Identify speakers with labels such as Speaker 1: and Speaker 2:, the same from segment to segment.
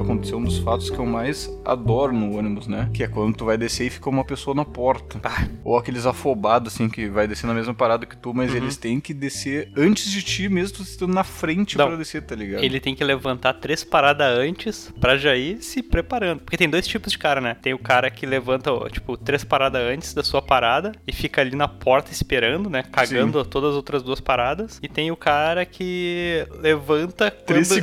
Speaker 1: aconteceu um dos fatos que eu mais adoro no ônibus, né? Que é quando tu vai descer e fica uma pessoa na porta.
Speaker 2: Ah.
Speaker 1: Ou aqueles afobados, assim, que vai descer na mesma parada que tu, mas
Speaker 2: Uhum.
Speaker 1: eles têm que descer antes de ti, mesmo tu estando na frente
Speaker 2: Não.
Speaker 1: pra descer, tá ligado?
Speaker 2: Ele tem que levantar três paradas antes pra já ir se preparando. Porque tem dois tipos de cara, né? Tem o cara que levanta, ó, tipo, três paradas antes da sua parada e fica ali na porta esperando, né? Cagando todas as outras duas paradas. E tem o cara que levanta
Speaker 1: Três
Speaker 2: quando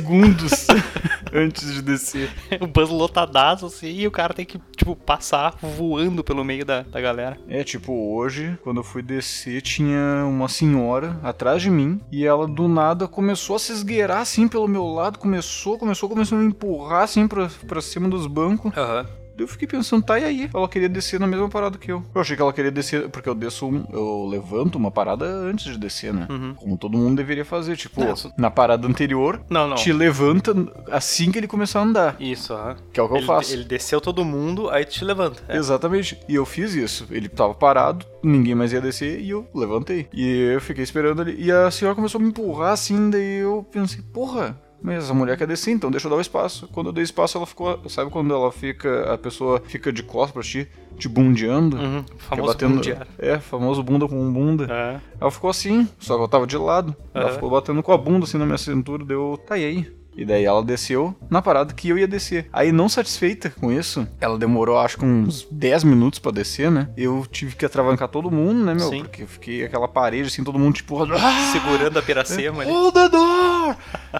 Speaker 1: segundos antes de descer.
Speaker 2: o bus lotadaço, assim, e o cara tem que, tipo, passar voando pelo meio da, da galera.
Speaker 1: É, tipo, hoje, quando eu fui descer, tinha uma senhora atrás de mim e ela do nada começou a se esgueirar assim pelo meu lado, começou, começou, começou a me empurrar assim pra, pra cima dos bancos.
Speaker 2: Aham.
Speaker 1: Eu fiquei pensando, tá e aí? Ela queria descer na mesma parada que eu. Eu achei que ela queria descer, porque eu desço, um- eu levanto uma parada antes de descer, né?
Speaker 2: Uhum.
Speaker 1: Como todo mundo deveria fazer, tipo,
Speaker 2: É, isso-
Speaker 1: na parada anterior,
Speaker 2: Não, não.
Speaker 1: te levanta assim que ele começar a andar,
Speaker 2: Isso, aham.
Speaker 1: que é o que
Speaker 2: ele,
Speaker 1: eu faço.
Speaker 2: ele desceu todo mundo, aí tu te levanta. É.
Speaker 1: Exatamente. E eu fiz isso. Ele tava parado, ninguém mais ia descer e eu levantei. E eu fiquei esperando ali. E a senhora começou a me empurrar assim, daí eu pensei, porra. Mas essa mulher quer descer, então deixa eu dar o espaço. Quando eu dei espaço, ela ficou. Sabe quando ela fica. A pessoa fica de costas pra ti, te bundeando?
Speaker 2: Uhum.
Speaker 1: Fica
Speaker 2: Famoso
Speaker 1: batendo-
Speaker 2: mundial.
Speaker 1: É, famoso bunda com bunda.
Speaker 2: É.
Speaker 1: Ela ficou assim, só que eu tava de lado. Ela
Speaker 2: Aham.
Speaker 1: ficou batendo com a bunda assim na minha cintura, deu. Tá e aí? E daí ela desceu na parada que eu ia descer. Aí, não satisfeita com isso, ela demorou acho que uns 10 minutos pra descer, né? Eu tive que atravancar todo mundo, né, meu?
Speaker 2: Sim.
Speaker 1: Porque eu fiquei aquela parede assim, todo mundo tipo. Ah!
Speaker 2: Segurando a piracema ali.
Speaker 1: Hold the door!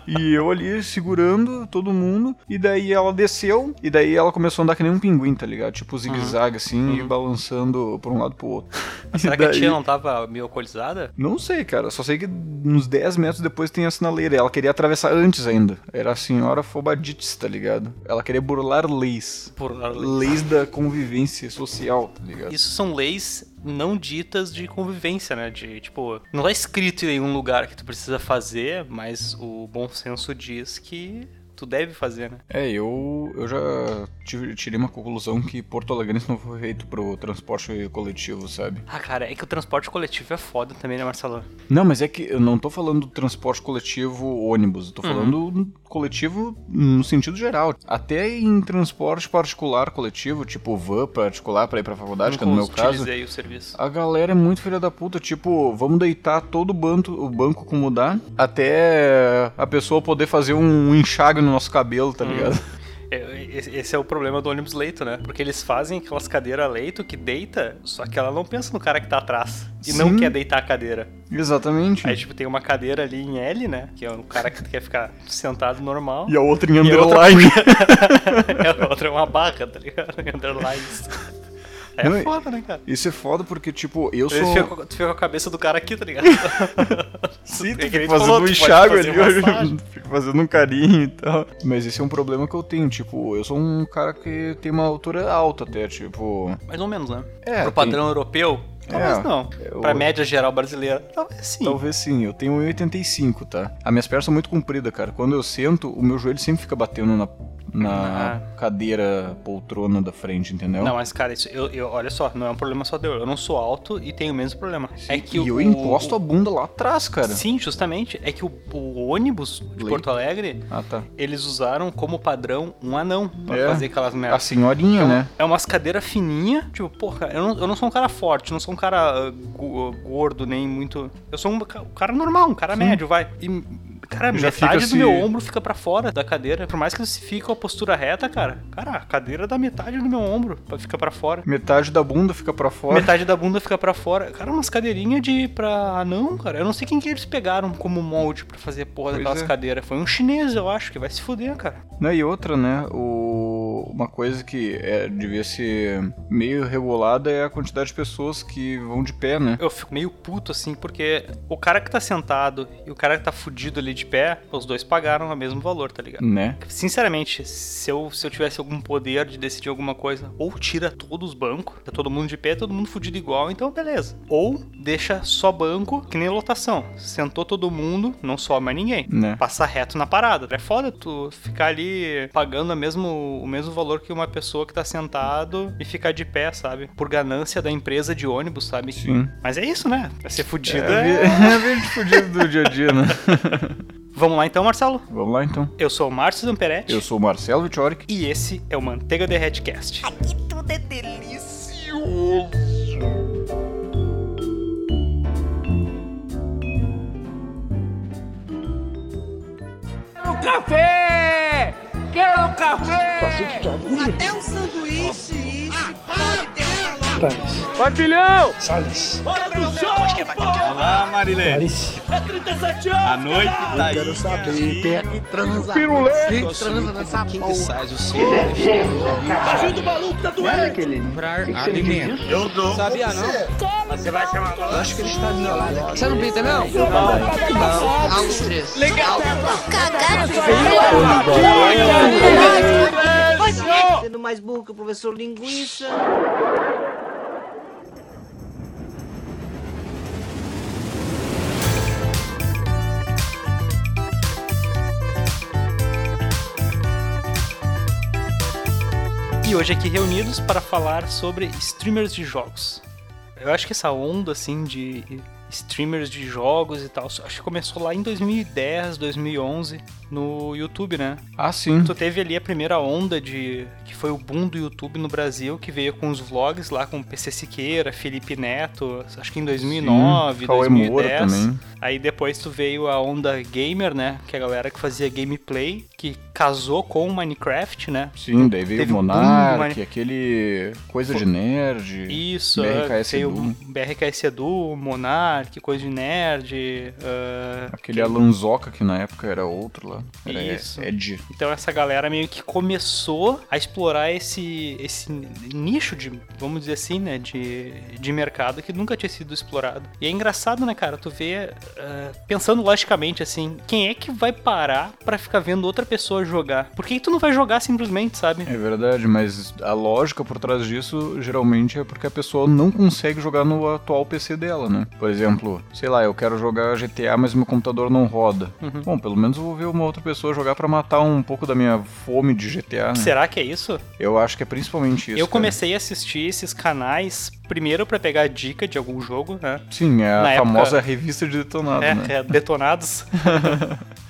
Speaker 1: e eu ali segurando todo mundo. E daí ela desceu. E daí ela começou a andar que nem um pinguim, tá ligado? Tipo zigue-zague assim e balançando por um lado pro outro. E
Speaker 2: Uhum. Será que a
Speaker 1: daí-
Speaker 2: tia não tava meio alcoolizada?
Speaker 1: não sei, cara. Só sei que uns 10 metros depois tem a sinaleira. Ela queria atravessar antes ainda. Era a senhora Fobadites, tá ligado? Ela queria burlar leis.
Speaker 2: Por
Speaker 1: Leis da convivência social, tá ligado?
Speaker 2: Isso são leis não ditas de convivência, né? De tipo, não tá escrito em nenhum lugar que tu precisa fazer, mas o bom senso diz que tu deve fazer, né?
Speaker 1: É, eu, eu já tive- tirei uma conclusão que Porto Alegre não foi feito pro transporte coletivo, sabe?
Speaker 2: Ah, cara, é que o transporte coletivo é foda também, né, Marcelo?
Speaker 1: Não, mas é que eu não tô falando do transporte coletivo ônibus. Eu tô
Speaker 2: Uhum.
Speaker 1: falando do coletivo no sentido geral. Até em transporte particular coletivo, tipo van particular pra ir pra faculdade, Tá, que
Speaker 2: Nunca
Speaker 1: no meu caso.
Speaker 2: utilizei o serviço.
Speaker 1: A galera é muito filha da puta, tipo, vamos deitar todo o banco, o banco com mudar até a pessoa poder fazer um enxágue no nosso cabelo, tá ligado?
Speaker 2: É, Esse esse é o problema do ônibus leito, né? Porque eles fazem aquelas cadeiras leito que deita, só que ela não pensa no cara que tá atrás e não
Speaker 1: Sim.
Speaker 2: quer deitar a cadeira.
Speaker 1: Exatamente.
Speaker 2: Aí, tipo, tem uma cadeira ali em L, né? Que é o cara que quer ficar sentado normal.
Speaker 1: E a outra em
Speaker 2: tipo, E a outra-
Speaker 1: underline.
Speaker 2: é a outra é uma barra, tá ligado? Underlines. Aí
Speaker 1: Não,
Speaker 2: É
Speaker 1: e-
Speaker 2: foda, né, cara?
Speaker 1: Isso é foda porque, tipo, eu
Speaker 2: Aí Tu
Speaker 1: sou.
Speaker 2: fica, com- tu fica com é a cabeça do cara aqui, tá ligado?
Speaker 1: Sim,
Speaker 2: É
Speaker 1: tu
Speaker 2: que
Speaker 1: fica
Speaker 2: nem tu
Speaker 1: fazendo
Speaker 2: falou,
Speaker 1: um
Speaker 2: tu pode
Speaker 1: enxágue
Speaker 2: fazer
Speaker 1: ali,
Speaker 2: massagem.
Speaker 1: eu fico fazendo um carinho e tal. Mas esse é um problema que eu tenho, tipo, eu sou um cara que tem uma altura alta até, tipo.
Speaker 2: Mais ou menos, né?
Speaker 1: É,
Speaker 2: Pro padrão europeu, talvez
Speaker 1: É,
Speaker 2: não.
Speaker 1: eu-
Speaker 2: Pra média geral brasileira, talvez sim.
Speaker 1: Talvez sim, eu tenho 1,85, tá? As minhas pernas são muito compridas, cara. Quando eu sento, o meu joelho sempre fica batendo na, na
Speaker 2: Ah.
Speaker 1: cadeira poltrona da frente, entendeu?
Speaker 2: Não, mas cara, isso, eu, eu- olha só, não é um problema só teu. Eu não sou alto e tenho o mesmo problema. é que
Speaker 1: e eu encosto a bunda lá atrás, cara.
Speaker 2: Sim, justamente. É que o, o ônibus de
Speaker 1: Leito.
Speaker 2: Porto Alegre,
Speaker 1: Ah, tá.
Speaker 2: eles usaram como padrão um anão pra
Speaker 1: É.
Speaker 2: fazer aquelas
Speaker 1: A
Speaker 2: merdas.
Speaker 1: senhorinha, né?
Speaker 2: É umas cadeiras fininhas, tipo, porra, eu não, eu não sou um cara forte, não sou um cara ah, go- gordo, nem muito. Eu sou um, ca- um cara normal, um cara médio, vai. E, cara,
Speaker 1: Já fica
Speaker 2: metade do
Speaker 1: se-
Speaker 2: meu ombro fica pra fora da cadeira. Por mais que se fique com a postura reta, cara, cara, a cadeira da metade do meu ombro pra- fica pra fora.
Speaker 1: Metade da bunda fica pra fora.
Speaker 2: Metade da bunda fica pra fora. Cara, umas cadeirinhas de pra anão, cara. Eu não sei quem que eles pegaram como molde pra fazer porra
Speaker 1: Pois
Speaker 2: daquelas
Speaker 1: é.
Speaker 2: cadeiras. Foi um chinês, eu acho, que vai se fuder, cara.
Speaker 1: Não, e outra, né? O... Uma coisa que é, devia ser meio regulada é a quantidade de pessoas que vão de pé, né?
Speaker 2: Eu fico meio puto assim, porque o cara que tá sentado e o cara que tá fudido ali de pé, os dois pagaram o mesmo valor, tá ligado?
Speaker 1: Né?
Speaker 2: Sinceramente, se eu, se eu tivesse algum poder de decidir alguma coisa, ou tira todos os bancos, tá todo mundo de pé, todo mundo fudido igual, então beleza. Ou deixa só banco, que nem lotação. Sentou todo mundo, não sobe mais ninguém.
Speaker 1: Né?
Speaker 2: passar reto na parada. É foda tu ficar ali pagando a mesmo, o mesmo mesmo valor que uma pessoa que tá sentado e ficar de pé, sabe? Por ganância da empresa de ônibus, sabe?
Speaker 1: Sim.
Speaker 2: Mas é isso, né? Vai ser fudido.
Speaker 1: É, a
Speaker 2: é-
Speaker 1: vi- é a vida de fudido do dia a dia, né?
Speaker 2: Vamos lá então, Marcelo?
Speaker 1: Vamos lá então.
Speaker 2: Eu sou o Márcio Zamperetti
Speaker 1: Eu sou o Marcelo Vittoric.
Speaker 2: e esse é o Manteiga Derretecast.
Speaker 3: Aqui tudo é delícia.
Speaker 4: café! Quero café!
Speaker 3: Até o sanduíche, isso pode ter um valor.
Speaker 4: Patilhão!
Speaker 3: Sendo mais burro que o professor linguiça.
Speaker 2: E hoje aqui reunidos para falar sobre streamers de jogos. Eu acho que essa onda assim de streamers de jogos e tal, acho que começou lá em 2010, 2011 no YouTube, né?
Speaker 1: Ah, sim.
Speaker 2: Tu teve ali a primeira onda de que foi o boom do YouTube no Brasil, que veio com os vlogs lá com PC Siqueira, Felipe Neto, acho que em
Speaker 1: Sim,
Speaker 2: 2009,
Speaker 1: Uhum. Cauê Moura
Speaker 2: 2010.
Speaker 1: também.
Speaker 2: Aí depois tu veio a onda gamer, né, que é a galera que fazia gameplay, que casou com o Minecraft, né?
Speaker 1: Sim, daí veio
Speaker 2: Teve
Speaker 1: o
Speaker 2: um boom do
Speaker 1: Monark,
Speaker 2: Mine-
Speaker 1: aquele coisa de nerd.
Speaker 2: Isso, ah,
Speaker 1: BRKS
Speaker 2: veio
Speaker 1: Edu.
Speaker 2: BRKS Edu, Monark, Coisa de Nerd. ah,
Speaker 1: Aquele Alanzoca que na época era outro lá. Era é,
Speaker 2: Isso.
Speaker 1: Ed.
Speaker 2: Então essa galera meio que começou a explorar esse, esse nicho de, vamos dizer assim, né, de, de mercado que nunca tinha sido explorado. E é engraçado, né, cara, tu vê, ah, pensando logicamente assim, quem é que vai parar pra ficar vendo outra pessoa jogar? Por que que tu não vai jogar simplesmente, sabe?
Speaker 1: É verdade, mas a lógica por trás disso geralmente é porque a pessoa não consegue jogar no atual PC dela, né? Por exemplo, sei lá, eu quero jogar GTA, mas meu computador não roda.
Speaker 2: Uhum.
Speaker 1: Bom, pelo menos eu vou ver uma outra pessoa jogar pra matar um pouco da minha fome de GTA, né?
Speaker 2: Será que é isso?
Speaker 1: Eu acho que é principalmente isso.
Speaker 2: Eu
Speaker 1: cara.
Speaker 2: comecei a assistir esses canais primeiro pra pegar dica de algum jogo, né?
Speaker 1: Sim, é
Speaker 2: na
Speaker 1: a
Speaker 2: época-
Speaker 1: famosa revista de detonado,
Speaker 2: É,
Speaker 1: né?
Speaker 2: é, detonados.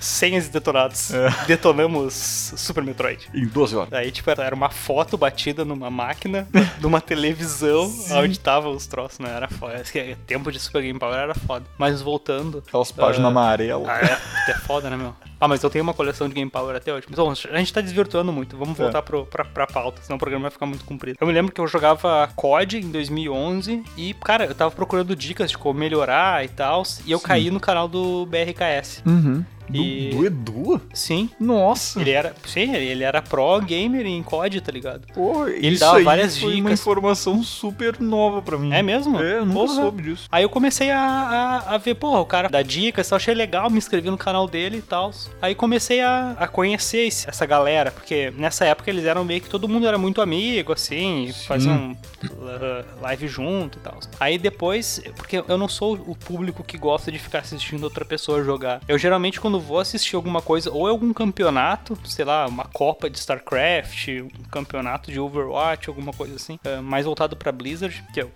Speaker 2: Senhas e detonados.
Speaker 1: É.
Speaker 2: Detonamos Super Metroid.
Speaker 1: Em 12 horas.
Speaker 2: Aí, tipo, era uma foto batida numa máquina, de uma televisão, onde tava os troços, né? Era foda. Esse que é- Tempo de Super Game Power era foda. Mas voltando.
Speaker 1: Aquelas páginas
Speaker 2: ah,
Speaker 1: amarelas.
Speaker 2: Ah, é, é foda, né, meu? Ah, mas eu tenho uma coleção de Game Power até hoje. Mas, bom, a gente tá desvirtuando muito. Vamos
Speaker 1: É.
Speaker 2: voltar pro, pra, pra pauta, senão o programa vai ficar muito comprido. Eu me lembro que eu jogava COD em 2011 e, cara, eu tava procurando dicas de como melhorar e tal. E eu caí no canal do BRKS.
Speaker 1: Uhum.
Speaker 2: E-
Speaker 1: Do, do Edu?
Speaker 2: Sim.
Speaker 1: Nossa!
Speaker 2: Ele era, sim, ele era pro gamer em COD, tá ligado?
Speaker 1: Pô,
Speaker 2: ele
Speaker 1: isso
Speaker 2: dava
Speaker 1: aí
Speaker 2: várias
Speaker 1: foi uma
Speaker 2: dicas.
Speaker 1: informação super nova pra mim.
Speaker 2: É mesmo?
Speaker 1: É, eu nunca
Speaker 2: Porra.
Speaker 1: soube disso.
Speaker 2: Aí eu comecei a, a, a ver, porra, o cara dá dicas, e tal, achei legal, me inscrevi no canal dele e tal. Aí comecei a, a conhecer esse- essa galera, porque nessa época eles eram meio que todo mundo era muito amigo, assim, e
Speaker 1: Sim.
Speaker 2: faziam eh, live junto e tal. Aí depois, porque eu não sou o público que gosta de ficar assistindo outra pessoa jogar. Eu geralmente quando vou assistir alguma coisa, ou é algum campeonato, sei lá, uma Copa de StarCraft, um campeonato de Overwatch, alguma coisa assim, eh, mais voltado pra Blizzard, que é o-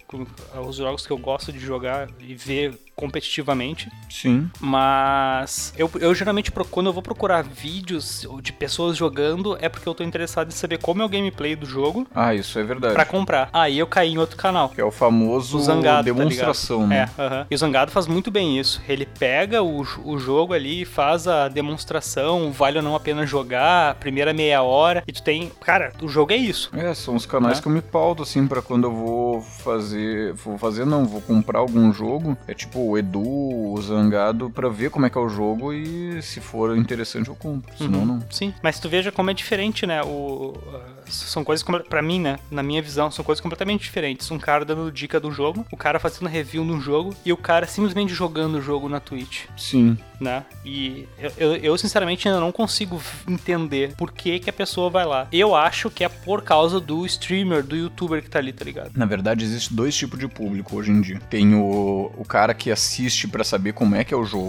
Speaker 2: é os jogos que eu gosto de jogar e ver competitivamente.
Speaker 1: Sim.
Speaker 2: Mas eu, eu geralmente, pro- quando eu vou procurar vídeos de pessoas jogando, é porque eu tô interessado em saber como é o gameplay do jogo
Speaker 1: Ah, isso é verdade.
Speaker 2: pra comprar. Aí eu caí em outro canal.
Speaker 1: Que é o famoso
Speaker 2: O Zangado,
Speaker 1: demonstração,
Speaker 2: tá
Speaker 1: né?
Speaker 2: ligado? É, aham. E o Zangado faz muito bem isso. Ele pega o, j- o jogo ali, faz a demonstração, vale ou não a pena jogar, a primeira meia hora, e tu tem... Cara, o jogo é isso.
Speaker 1: É, são os canais
Speaker 2: Né?
Speaker 1: que eu me pauto, assim, pra quando eu vou fazer. Vou fazer, não, vou comprar algum jogo. É tipo o Edu, o Zangado, pra ver como é que é o jogo e se for interessante eu compro.
Speaker 2: Uhum.
Speaker 1: Senão, não.
Speaker 2: Sim, mas tu veja como é diferente, né? O, ah, são coisas, como- pra mim, né? Na minha visão, são coisas completamente diferentes. Um cara dando dica do jogo, o cara fazendo review no jogo e o cara simplesmente jogando o jogo na Twitch,
Speaker 1: Sim.
Speaker 2: né? E eu, eu, eu, sinceramente ainda não consigo v- entender por que, que a pessoa vai lá. Eu acho que é por causa do streamer, do youtuber que tá ali, tá ligado?
Speaker 1: Na verdade, existe dois tipos de público hoje em dia. Tem o, o cara que assiste pra saber como é que é o jogo,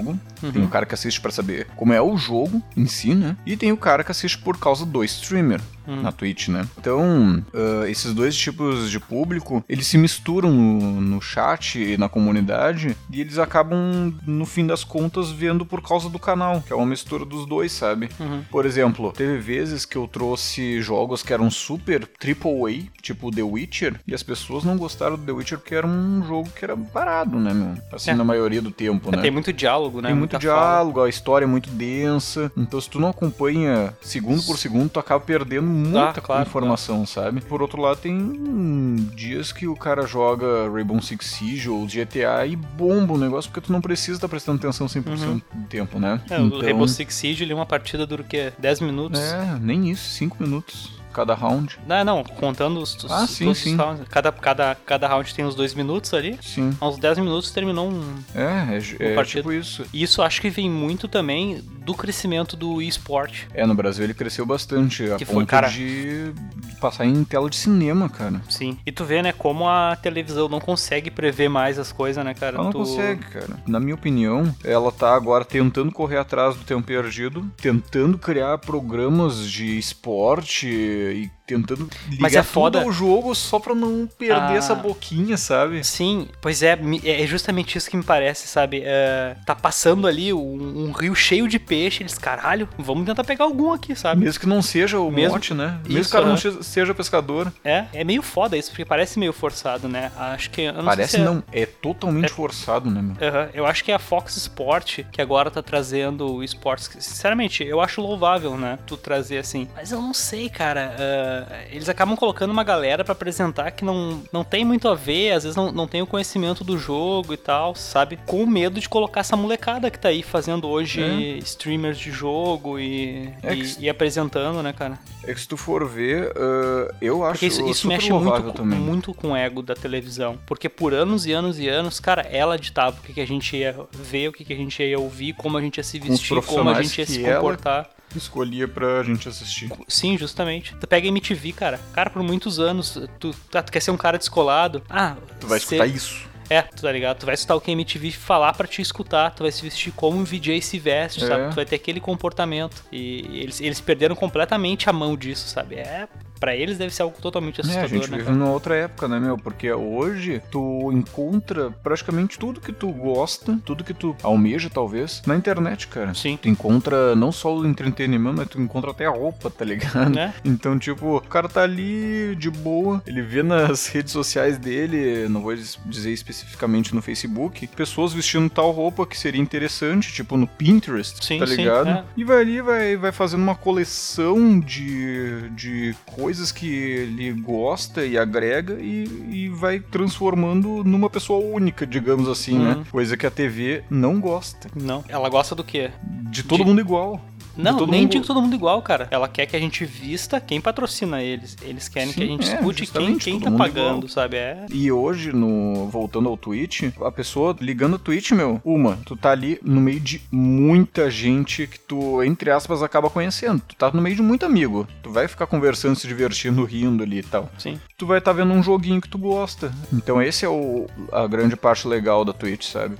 Speaker 1: tem o cara que assiste pra saber como é o jogo em si, né? E tem o cara que assiste por causa do streamer. na Twitch, né? Então, ah, esses dois tipos de público, eles se misturam no, no chat e na comunidade e eles acabam, no fim das contas, vendo por causa do canal, que é uma mistura dos dois, sabe?
Speaker 2: Uhum.
Speaker 1: Por exemplo, teve vezes que eu trouxe jogos que eram super triple A, tipo The Witcher, e as pessoas não gostaram do The Witcher porque era um jogo que era parado, né, meu? Assim,
Speaker 2: É.
Speaker 1: na maioria do tempo, né?
Speaker 2: Tem muito diálogo, né?
Speaker 1: Tem muito
Speaker 2: Muita fala.
Speaker 1: diálogo, a história é muito densa. Então, se tu não acompanha segundo por segundo, tu acaba perdendo muita
Speaker 2: Ah, claro,
Speaker 1: informação, sabe? Por outro lado, tem hum, dias que o cara joga Rainbow Six Siege ou GTA e bomba o negócio, porque tu não precisa estar prestando atenção 100% do tempo, né?
Speaker 2: É, O Rainbow Six Siege, ele é uma partida dura o quê? 10 minutos?
Speaker 1: É, nem isso, 5 minutos cada round.
Speaker 2: Não, não, contando os, os-
Speaker 1: Ah, sim,
Speaker 2: todos
Speaker 1: sim.
Speaker 2: os rounds. Cada, cada, cada round tem uns dois minutos ali.
Speaker 1: Sim.
Speaker 2: Aos 10 minutos terminou um.
Speaker 1: É, é, é
Speaker 2: partido.
Speaker 1: tipo isso.
Speaker 2: E isso acho que vem muito também do crescimento do esporte.
Speaker 1: É, no Brasil ele cresceu bastante, a
Speaker 2: Que foi,
Speaker 1: ponto
Speaker 2: cara?
Speaker 1: de passar em tela de cinema, cara.
Speaker 2: Sim. E tu vê, né, como a televisão não consegue prever mais as coisas, né, cara?
Speaker 1: Ela não
Speaker 2: Tu-
Speaker 1: consegue, cara. Na minha opinião, ela tá agora tentando correr atrás do tempo perdido, tentando criar programas de esporte e tentando ligar
Speaker 2: Mas é foda-
Speaker 1: tudo ao jogo só pra não perder
Speaker 2: Ah.
Speaker 1: essa boquinha, sabe?
Speaker 2: Sim, pois é, me- é justamente isso que me parece, sabe? É, tá passando ali um, um rio cheio de peixe, eles, caralho, vamos tentar pegar algum aqui, sabe?
Speaker 1: Mesmo que não seja o
Speaker 2: Mesmo-
Speaker 1: mote, né? Mesmo que
Speaker 2: Isso,
Speaker 1: o cara não
Speaker 2: né?
Speaker 1: che- seja pescador.
Speaker 2: É, é meio foda isso, porque parece meio forçado, né? Acho que. eu não sei
Speaker 1: Parece
Speaker 2: se é-
Speaker 1: não, é totalmente forçado, né, meu?
Speaker 2: Aham, Eu acho que é a Fox Sport que agora tá trazendo o esportes. que, Sinceramente, eu acho louvável, né? Tu trazer assim. Mas eu não sei, cara. ah, eles acabam colocando uma galera pra apresentar que não, não tem muito a ver, às vezes não, não tem o conhecimento do jogo e tal, sabe? Com medo de colocar essa molecada que tá aí fazendo hoje streamers de jogo e,
Speaker 1: É
Speaker 2: e-
Speaker 1: que-
Speaker 2: e apresentando, né, cara?
Speaker 1: É que se tu for ver, ah, eu acho
Speaker 2: Porque isso, isso
Speaker 1: super
Speaker 2: mexe
Speaker 1: louvável
Speaker 2: muito, com-
Speaker 1: também.
Speaker 2: muito com o ego da televisão. Porque por anos e anos e anos, cara, ela ditava o que, que a gente ia ver, o que, que a gente ia ouvir, como a gente ia se
Speaker 1: os
Speaker 2: vestir, como a
Speaker 1: profissionais
Speaker 2: gente ia se
Speaker 1: que ela-
Speaker 2: comportar.
Speaker 1: Escolhia pra gente assistir.
Speaker 2: Sim, justamente. Tu pega MTV, cara. Cara, por muitos anos, tu, tá, tu quer ser um cara descolado. Ah,
Speaker 1: Tu vai
Speaker 2: ser-
Speaker 1: escutar isso.
Speaker 2: É, tu tá ligado? Tu vai escutar o que a MTV falar pra te escutar, tu vai se vestir como um VJ se veste,
Speaker 1: É.
Speaker 2: sabe? Tu vai ter aquele comportamento. E eles, eles perderam completamente a mão disso, sabe? É. Pra eles deve ser algo
Speaker 1: É,
Speaker 2: totalmente assustador,
Speaker 1: a gente
Speaker 2: né?
Speaker 1: vive
Speaker 2: cara?
Speaker 1: numa outra época, né, meu? Porque hoje tu encontra praticamente tudo que tu gosta, tudo que tu almeja, talvez, na internet, cara.
Speaker 2: Sim.
Speaker 1: Tu encontra não só o entretenimento, mas tu encontra até a roupa, tá ligado?
Speaker 2: Né?
Speaker 1: Então, tipo, o cara tá ali de boa, ele vê nas redes sociais dele, não vou dis- dizer especificamente no Facebook, pessoas vestindo tal roupa que seria interessante, tipo no Pinterest,
Speaker 2: Sim,
Speaker 1: tá
Speaker 2: sim,
Speaker 1: ligado?
Speaker 2: é.
Speaker 1: E vai ali, vai, vai fazendo uma coleção de, de coisas que ele gosta e agrega e, e vai transformando numa pessoa única, digamos assim,
Speaker 2: Uhum.
Speaker 1: né? Coisa que a TV não gosta.
Speaker 2: Não. Ela gosta do quê?
Speaker 1: De todo
Speaker 2: De-
Speaker 1: mundo igual.
Speaker 2: Não,
Speaker 1: todo
Speaker 2: nem
Speaker 1: mundo-
Speaker 2: digo todo mundo igual, cara. Ela quer que a gente vista quem patrocina eles. Eles querem que a
Speaker 1: Sim,
Speaker 2: gente
Speaker 1: é,
Speaker 2: escute quem,
Speaker 1: justamente,
Speaker 2: quem
Speaker 1: todo
Speaker 2: tá
Speaker 1: mundo
Speaker 2: pagando,
Speaker 1: igual.
Speaker 2: sabe? É.
Speaker 1: E hoje, no voltando ao Twitch, a pessoa ligando o Twitch, meu, uma, tu tá ali no meio de muita gente que tu, entre aspas, acaba conhecendo. Tu tá no meio de muito amigo. Tu vai ficar conversando, se divertindo, rindo ali e tal.
Speaker 2: Sim.
Speaker 1: Tu vai estar tá vendo um joguinho que tu gosta. Então esse é o, a grande parte legal da Twitch, sabe?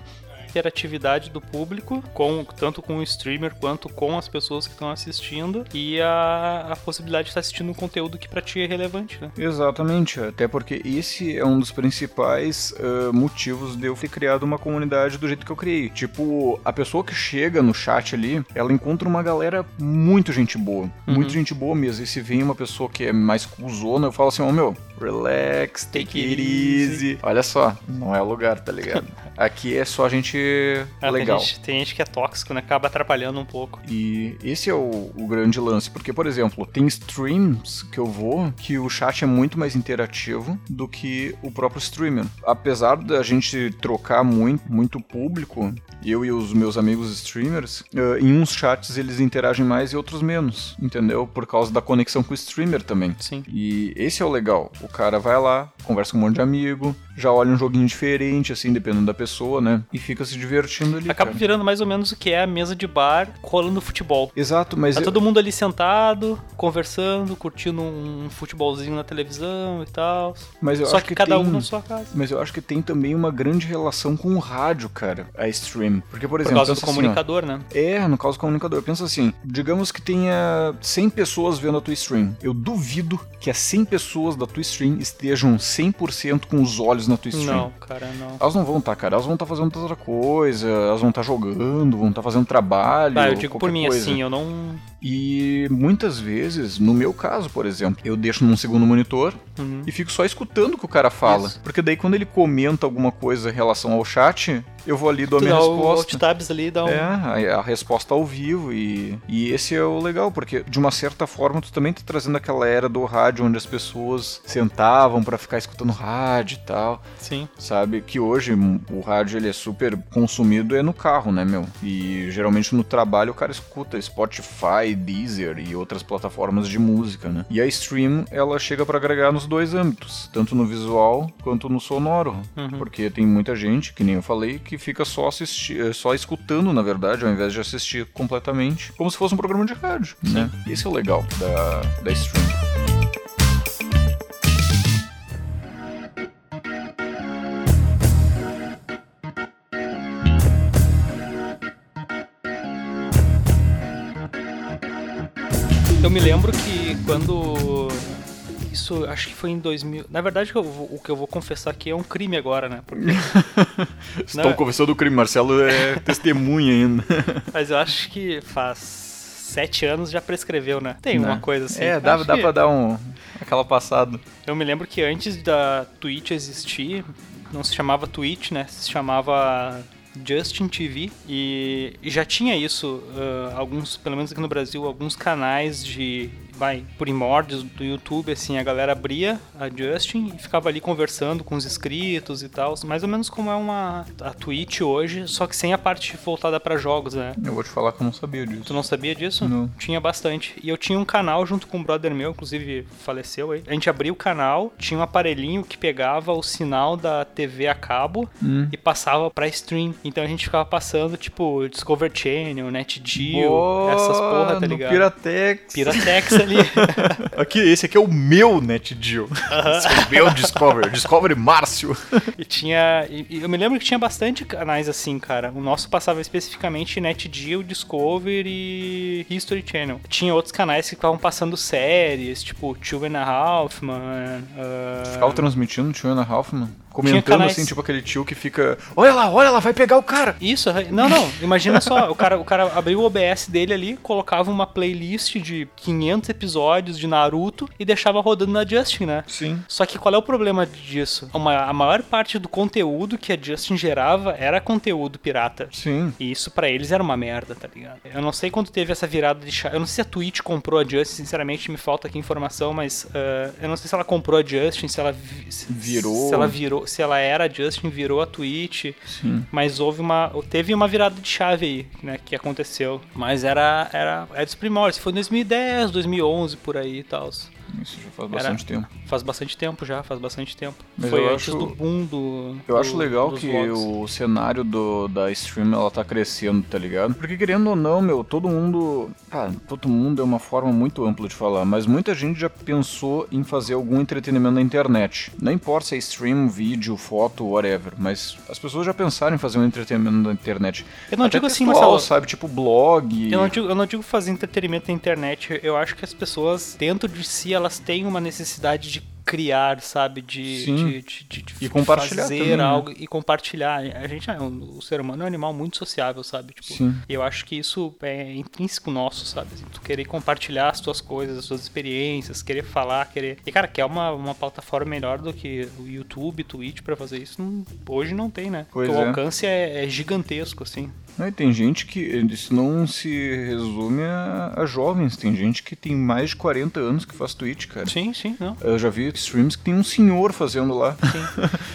Speaker 2: Interatividade do público, com tanto com o streamer quanto com as pessoas que estão assistindo. E a, a possibilidade de estar assistindo um conteúdo que pra ti é relevante, né?
Speaker 1: Exatamente, até porque esse é um dos principais ah, motivos de eu ter criado uma comunidade do jeito que eu criei. Tipo, a pessoa que chega no chat ali, ela encontra uma galera muito gente boa, muito gente boa mesmo. E se vem uma pessoa que é mais cuzona, eu falo assim: Ô meu, relax, take,
Speaker 2: Take
Speaker 1: it
Speaker 2: it
Speaker 1: easy. Olha só, não é o lugar, tá ligado? Aqui é só gente
Speaker 2: Ah,
Speaker 1: legal.
Speaker 2: Tem gente, tem gente que é tóxico, né? Acaba atrapalhando um pouco.
Speaker 1: E esse é o, o grande lance, porque, por exemplo, tem streams que eu vou que o chat é muito mais interativo do que o próprio streamer. Apesar da gente trocar muito, muito público, eu e os meus amigos streamers, eh, em uns chats eles interagem mais e outros menos, entendeu? Por causa da conexão com o streamer também.
Speaker 2: Sim.
Speaker 1: E esse é o legal. O cara vai lá, conversa com um monte de amigo, já olha um joguinho diferente, assim, dependendo da pessoa, né? E fica se divertindo ali.
Speaker 2: Acaba
Speaker 1: cara.
Speaker 2: virando mais ou menos o que é a mesa de bar colando futebol.
Speaker 1: Exato, mas. é
Speaker 2: Tá
Speaker 1: eu-
Speaker 2: todo mundo ali sentado, conversando, curtindo um futebolzinho na televisão e tal.
Speaker 1: Mas eu
Speaker 2: Só
Speaker 1: acho
Speaker 2: que,
Speaker 1: que
Speaker 2: cada
Speaker 1: tem-
Speaker 2: um na sua casa.
Speaker 1: Mas eu acho que tem também uma grande relação com o rádio, cara, a stream. Porque, por
Speaker 2: Por
Speaker 1: exemplo,
Speaker 2: causa do
Speaker 1: pensa assim, ó,
Speaker 2: comunicador, né?
Speaker 1: É, no caso do comunicador. Pensa assim, digamos que tenha 100 pessoas vendo a tua stream. Eu duvido que as 100 pessoas da tua stream estejam 100% com os olhos na tua stream.
Speaker 2: Não, cara, não.
Speaker 1: Elas não vão estar, cara. Elas vão estar fazendo outra coisa, elas vão estar jogando, vão estar fazendo trabalho.
Speaker 2: Ah, eu digo por
Speaker 1: qualquer
Speaker 2: mim,
Speaker 1: coisa.
Speaker 2: assim, eu não.
Speaker 1: E muitas vezes, no meu caso, por exemplo, eu deixo num segundo monitor
Speaker 2: Uhum.
Speaker 1: e fico só escutando o que o cara fala.
Speaker 2: Isso.
Speaker 1: Porque daí quando ele comenta alguma coisa em relação ao chat, eu vou ali e dou a
Speaker 2: Tu
Speaker 1: minha
Speaker 2: dá o
Speaker 1: resposta.
Speaker 2: alt tabs ali, dá um.
Speaker 1: É, a, a resposta ao vivo e, e esse é o legal, porque de uma certa forma tu também tá trazendo aquela era do rádio onde as pessoas sentavam pra ficar escutando rádio e tal,
Speaker 2: Sim.
Speaker 1: sabe? Que hoje m- o rádio ele é super consumido é no carro, né, meu? E geralmente no trabalho o cara escuta Spotify, Deezer e outras plataformas de música, né? E a stream, ela chega pra agregar nos dois âmbitos, tanto no visual quanto no sonoro,
Speaker 2: Uhum.
Speaker 1: porque tem muita gente, que nem eu falei, que fica só assisti- eh, só escutando, na verdade, ao invés de assistir completamente, como se fosse um programa de rádio, né? Esse é o legal da, da stream.
Speaker 2: Eu me lembro que quando. Isso acho que foi em 2000. Na verdade, o que eu vou- o que eu vou confessar aqui é um crime agora, né? Porque-
Speaker 1: Estão conversando do crime, Marcelo é testemunha ainda.
Speaker 2: Mas eu acho que faz sete anos já prescreveu, né? Tem uma coisa assim.
Speaker 1: É, dá,
Speaker 2: Acho
Speaker 1: dá
Speaker 2: que-
Speaker 1: pra dar um... aquela passada.
Speaker 2: Eu me lembro que antes da Twitch existir, não se chamava Twitch, né? Se chamava Justin TV e e já tinha isso ah, alguns, pelo menos aqui no Brasil, alguns canais de vai primórdios do YouTube assim, a galera abria a Justin e ficava ali conversando com os inscritos e tal, mais ou menos como é uma a Twitch hoje, só que sem a parte voltada pra jogos, né?
Speaker 1: Eu vou te falar que eu não sabia disso.
Speaker 2: Tu não sabia disso?
Speaker 1: Não.
Speaker 2: Tinha bastante. E eu tinha um canal junto com um brother meu, inclusive faleceu aí. A gente abriu o canal, tinha um aparelhinho que pegava o sinal da TV a cabo
Speaker 1: Hum.
Speaker 2: e passava pra stream. Então a gente ficava passando, tipo, Discover Channel, NetGeo, essas porra, tá
Speaker 1: no
Speaker 2: ligado?
Speaker 1: Piratex.
Speaker 2: Piratex ali.
Speaker 1: Aqui, esse aqui é o meu NetGeo. Esse é o meu Discovery. Discovery Márcio.
Speaker 2: e tinha. e- e eu me lembro que tinha bastante canais assim, cara. O nosso passava especificamente NetGeo, Discovery e History Channel. Tinha outros canais que estavam passando séries, tipo Two and a Half, man. ah,
Speaker 1: Ficava transmitindo o tio Ana Halfman. Comentando
Speaker 2: canais-
Speaker 1: assim, tipo aquele tio que fica. Olha lá, olha lá, vai pegar o cara.
Speaker 2: Isso, aham. não, não. Imagina só, o cara, o cara abriu o OBS dele ali, colocava uma playlist de 500 episódios de Naruto e deixava rodando na Justin, né?
Speaker 1: Sim.
Speaker 2: Só que qual é o problema disso? Uma- a maior parte do conteúdo que a Justin gerava era conteúdo pirata.
Speaker 1: Sim.
Speaker 2: E isso pra eles era uma merda, tá ligado? Eu não sei quando teve essa virada de chave. Eu não sei se a Twitch comprou a Justin, sinceramente me falta aqui informação, mas ah, eu não sei se ela comprou a Justin, se ela vi- se-
Speaker 1: Virou.
Speaker 2: se ela virou, se ela era a Justin, virou a Twitch.
Speaker 1: Sim.
Speaker 2: Mas houve uma. Teve uma virada de chave aí, né? Que aconteceu. Mas era. Era, era dos primórdios. Foi em 2010, 2011 por aí e tal.
Speaker 1: Isso já faz bastante tempo.
Speaker 2: Faz bastante tempo já, faz bastante tempo.
Speaker 1: Mas
Speaker 2: Foi
Speaker 1: eu
Speaker 2: antes
Speaker 1: acho-
Speaker 2: do boom do.
Speaker 1: Eu
Speaker 2: do-
Speaker 1: acho legal
Speaker 2: dos
Speaker 1: que
Speaker 2: vlogs.
Speaker 1: o cenário do, da stream ela tá crescendo, tá ligado? Porque querendo ou não, meu, todo mundo. Cara, todo mundo é uma forma muito ampla de falar, mas muita gente já pensou em fazer algum entretenimento na internet. Não importa se é stream, vídeo, foto, whatever, mas as pessoas já pensaram em fazer um entretenimento na internet.
Speaker 2: Eu não
Speaker 1: Até
Speaker 2: digo assim,
Speaker 1: textual,
Speaker 2: Marcelo.
Speaker 1: sabe? Tipo blog.
Speaker 2: Eu não, digo, eu não digo fazer entretenimento na internet. Eu acho que as pessoas, dentro de si, elas têm uma necessidade de criar, sabe? De,
Speaker 1: Sim.
Speaker 2: de, de- de- de
Speaker 1: E compartilhar
Speaker 2: fazer
Speaker 1: também, né?
Speaker 2: algo e compartilhar. A gente, é um- o ser humano é um animal muito sociável, sabe? Tipo,
Speaker 1: Sim.
Speaker 2: eu acho que isso é intrínseco nosso, sabe? Assim, tu querer compartilhar as tuas coisas, as tuas experiências, querer falar, querer. E cara, quer uma, uma plataforma melhor do que o YouTube, Twitch pra fazer isso? Não- hoje não tem, né?
Speaker 1: Pois
Speaker 2: Porque
Speaker 1: é.
Speaker 2: o alcance é- é gigantesco, assim.
Speaker 1: Não, e tem gente que isso não se resume a, a jovens, tem gente que tem mais de 40 anos que faz Twitch, cara.
Speaker 2: Sim, sim, não.
Speaker 1: Eu já vi streams que tem um senhor fazendo lá.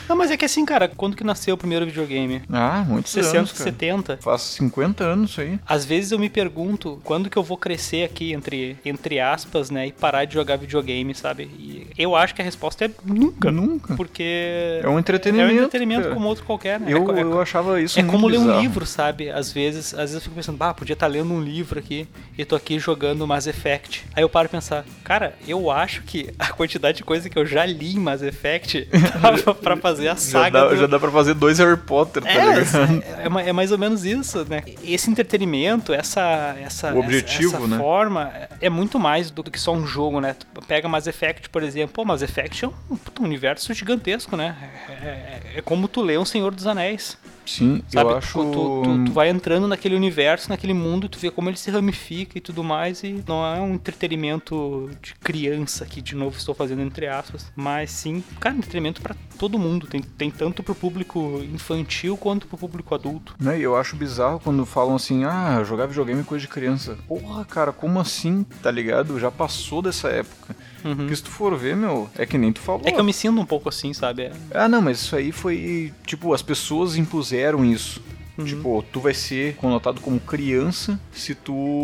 Speaker 2: Não, mas é que assim, cara, quando que nasceu o primeiro videogame?
Speaker 1: Ah, muitos
Speaker 2: 60,
Speaker 1: anos, cara.
Speaker 2: 70.
Speaker 1: Faz 50 anos isso aí.
Speaker 2: Às vezes eu me pergunto quando que eu vou crescer aqui, entre, entre aspas, né, e parar de jogar videogame, sabe? E Eu acho que a resposta é nunca.
Speaker 1: Nunca.
Speaker 2: Porque.
Speaker 1: Hum. É um entretenimento,
Speaker 2: É um entretenimento
Speaker 1: cara.
Speaker 2: como outro qualquer, né? É co-
Speaker 1: Eu,
Speaker 2: é co-
Speaker 1: eu achava isso
Speaker 2: é
Speaker 1: muito
Speaker 2: como ler um
Speaker 1: bizarro.
Speaker 2: livro, sabe? Às vezes, às vezes eu fico pensando, bah, podia estar lendo um livro aqui e tô aqui jogando Mass Effect. Aí eu paro e pensar, cara, eu acho que a quantidade de coisa que eu já li em Mass Effect dava pra fazer a
Speaker 1: Já
Speaker 2: saga
Speaker 1: dá,
Speaker 2: do-
Speaker 1: já dá pra fazer dois Harry Potter, tá ligado?
Speaker 2: é, é ma- é mais ou menos isso, né? Esse entretenimento, essa essa,
Speaker 1: O objetivo,
Speaker 2: essa, essa
Speaker 1: né?
Speaker 2: forma é muito mais do que só um jogo, né? Tu pega Mass Effect, por exemplo. Pô, Mass Effect é um, puta, um universo gigantesco, né? É, é- é como tu lê um Senhor dos Anéis,
Speaker 1: Sim,
Speaker 2: sabe? Tipo,
Speaker 1: eu
Speaker 2: Tu-
Speaker 1: acho. um
Speaker 2: tu, tu- tu vai entrando naquele universo, naquele mundo, tu vê como ele se ramifica e tudo mais, e não é um entretenimento de criança que, de novo, estou fazendo entre aspas, mas sim, cara, entretenimento pra todo mundo, tem, tem tanto pro público infantil quanto pro público adulto.
Speaker 1: Né, e eu acho bizarro quando falam assim, ah, jogar videogame é coisa de criança. Porra, cara, como assim? Tá ligado? Já passou dessa época.
Speaker 2: Uhum.
Speaker 1: Porque se tu for ver, meu, é que nem tu falou.
Speaker 2: É que eu me sinto um pouco assim, sabe? É-
Speaker 1: Ah, não, mas isso aí foi. Tipo, as pessoas impuseram isso. Tipo, tu vai ser conotado como criança se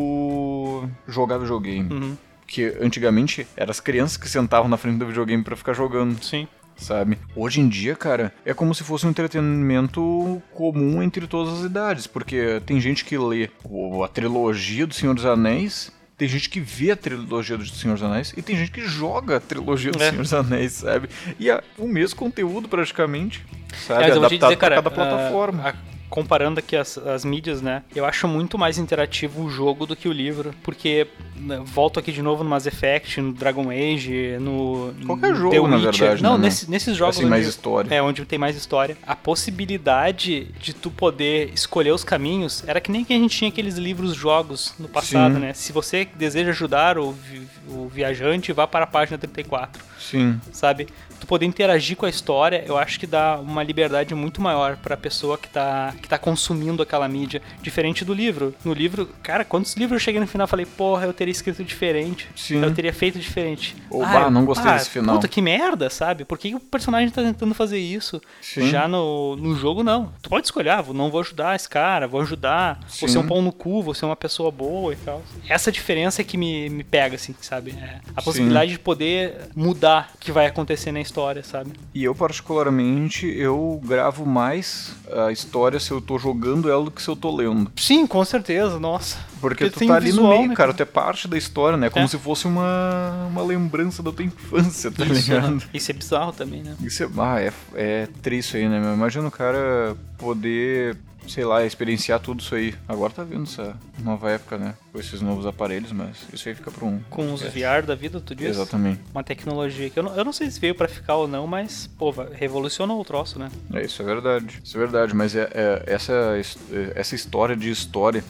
Speaker 1: tu jogar videogame.
Speaker 2: Uhum.
Speaker 1: Porque antigamente eram as crianças que sentavam na frente do videogame pra ficar jogando,
Speaker 2: Sim.
Speaker 1: sabe? Hoje em dia, cara, é como se fosse um entretenimento comum entre todas as idades. Porque tem gente que lê o- a trilogia do Senhor dos Anéis. Tem gente que vê a trilogia do Senhor dos Anéis e tem gente que joga a trilogia do
Speaker 2: É.
Speaker 1: Senhor dos Anéis, sabe? E é o mesmo conteúdo praticamente, sabe?
Speaker 2: Mas eu vou te
Speaker 1: Adaptado
Speaker 2: dizer, cara,
Speaker 1: pra cada plataforma.
Speaker 2: ah, ah, comparando aqui as, as mídias, né? Eu acho muito mais interativo o jogo do que o livro, porque né, volto aqui de novo no Mass Effect, no Dragon Age, no
Speaker 1: Qualquer
Speaker 2: no
Speaker 1: jogo,
Speaker 2: The
Speaker 1: na
Speaker 2: Witcher.
Speaker 1: verdade,
Speaker 2: Não,
Speaker 1: né, né?
Speaker 2: nesse- nesses jogos
Speaker 1: Assim,
Speaker 2: onde,
Speaker 1: mais história.
Speaker 2: É, onde tem mais história. A possibilidade de tu poder escolher os caminhos era que nem que a gente tinha aqueles livros jogos no passado,
Speaker 1: Sim.
Speaker 2: né? Se você deseja ajudar o, vi- o viajante, vá para a página 34
Speaker 1: Sim.
Speaker 2: sabe? Tu poder interagir com a história, eu acho que dá uma liberdade muito maior pra pessoa que tá, que tá consumindo aquela mídia, diferente do livro. No livro, cara, quantos livros eu cheguei no final e falei, porra, eu teria escrito diferente.
Speaker 1: Sim.
Speaker 2: Eu teria feito diferente. Ah,
Speaker 1: Ou, bah, não gostei desse final.
Speaker 2: Puta, que merda, sabe? Por que que o personagem tá tentando fazer isso?
Speaker 1: Sim.
Speaker 2: Já no, no jogo, não. Tu pode escolher, ah, vou- não vou ajudar esse cara, vou ajudar,
Speaker 1: Sim.
Speaker 2: vou ser um pão no cu, vou ser uma pessoa boa e tal. Essa diferença é que me, me pega, assim, sabe? É, a
Speaker 1: Sim.
Speaker 2: possibilidade de poder mudar o que vai acontecer na história, sabe?
Speaker 1: E eu, particularmente, eu gravo mais a história se eu tô jogando ela do que se eu tô lendo.
Speaker 2: Sim, com certeza, nossa.
Speaker 1: Porque, tu
Speaker 2: tem
Speaker 1: tá ali
Speaker 2: visual,
Speaker 1: no meio,
Speaker 2: né,
Speaker 1: cara, tu é parte da história, né? É Como
Speaker 2: É.
Speaker 1: se fosse uma, uma lembrança da tua infância, tá
Speaker 2: Isso,
Speaker 1: ligado?
Speaker 2: né? Isso é bizarro também, né?
Speaker 1: Isso é, ah, é, é triste aí, né? meu? Imagina o cara poder, sei lá, experienciar tudo isso aí. Agora tá vindo essa nova época, né? Com esses novos aparelhos, mas isso aí fica pra um.
Speaker 2: Com os
Speaker 1: É.
Speaker 2: VR da vida, tu diz?
Speaker 1: Exatamente.
Speaker 2: Uma tecnologia que eu não, eu não sei se veio pra ficar ou não, mas, pô, va- revolucionou o troço, né?
Speaker 1: É, isso é verdade. Isso é verdade, mas é, é- essa, his- é, essa história de história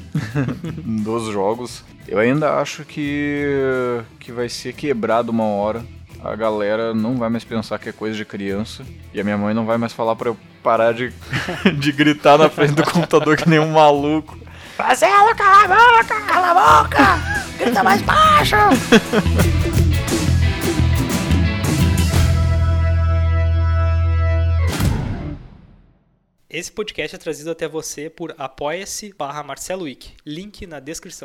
Speaker 1: dos jogos, eu ainda acho que, que vai ser quebrado uma hora. A galera não vai mais pensar que é coisa de criança. E a minha mãe não vai mais falar pra eu parar de, de gritar na frente do computador que nem um maluco.
Speaker 5: Marcelo, cala a boca! Cala a boca! Grita mais baixo!
Speaker 2: Esse podcast é trazido até você por apoia-se barra Marcelo Wick. Link na descrição.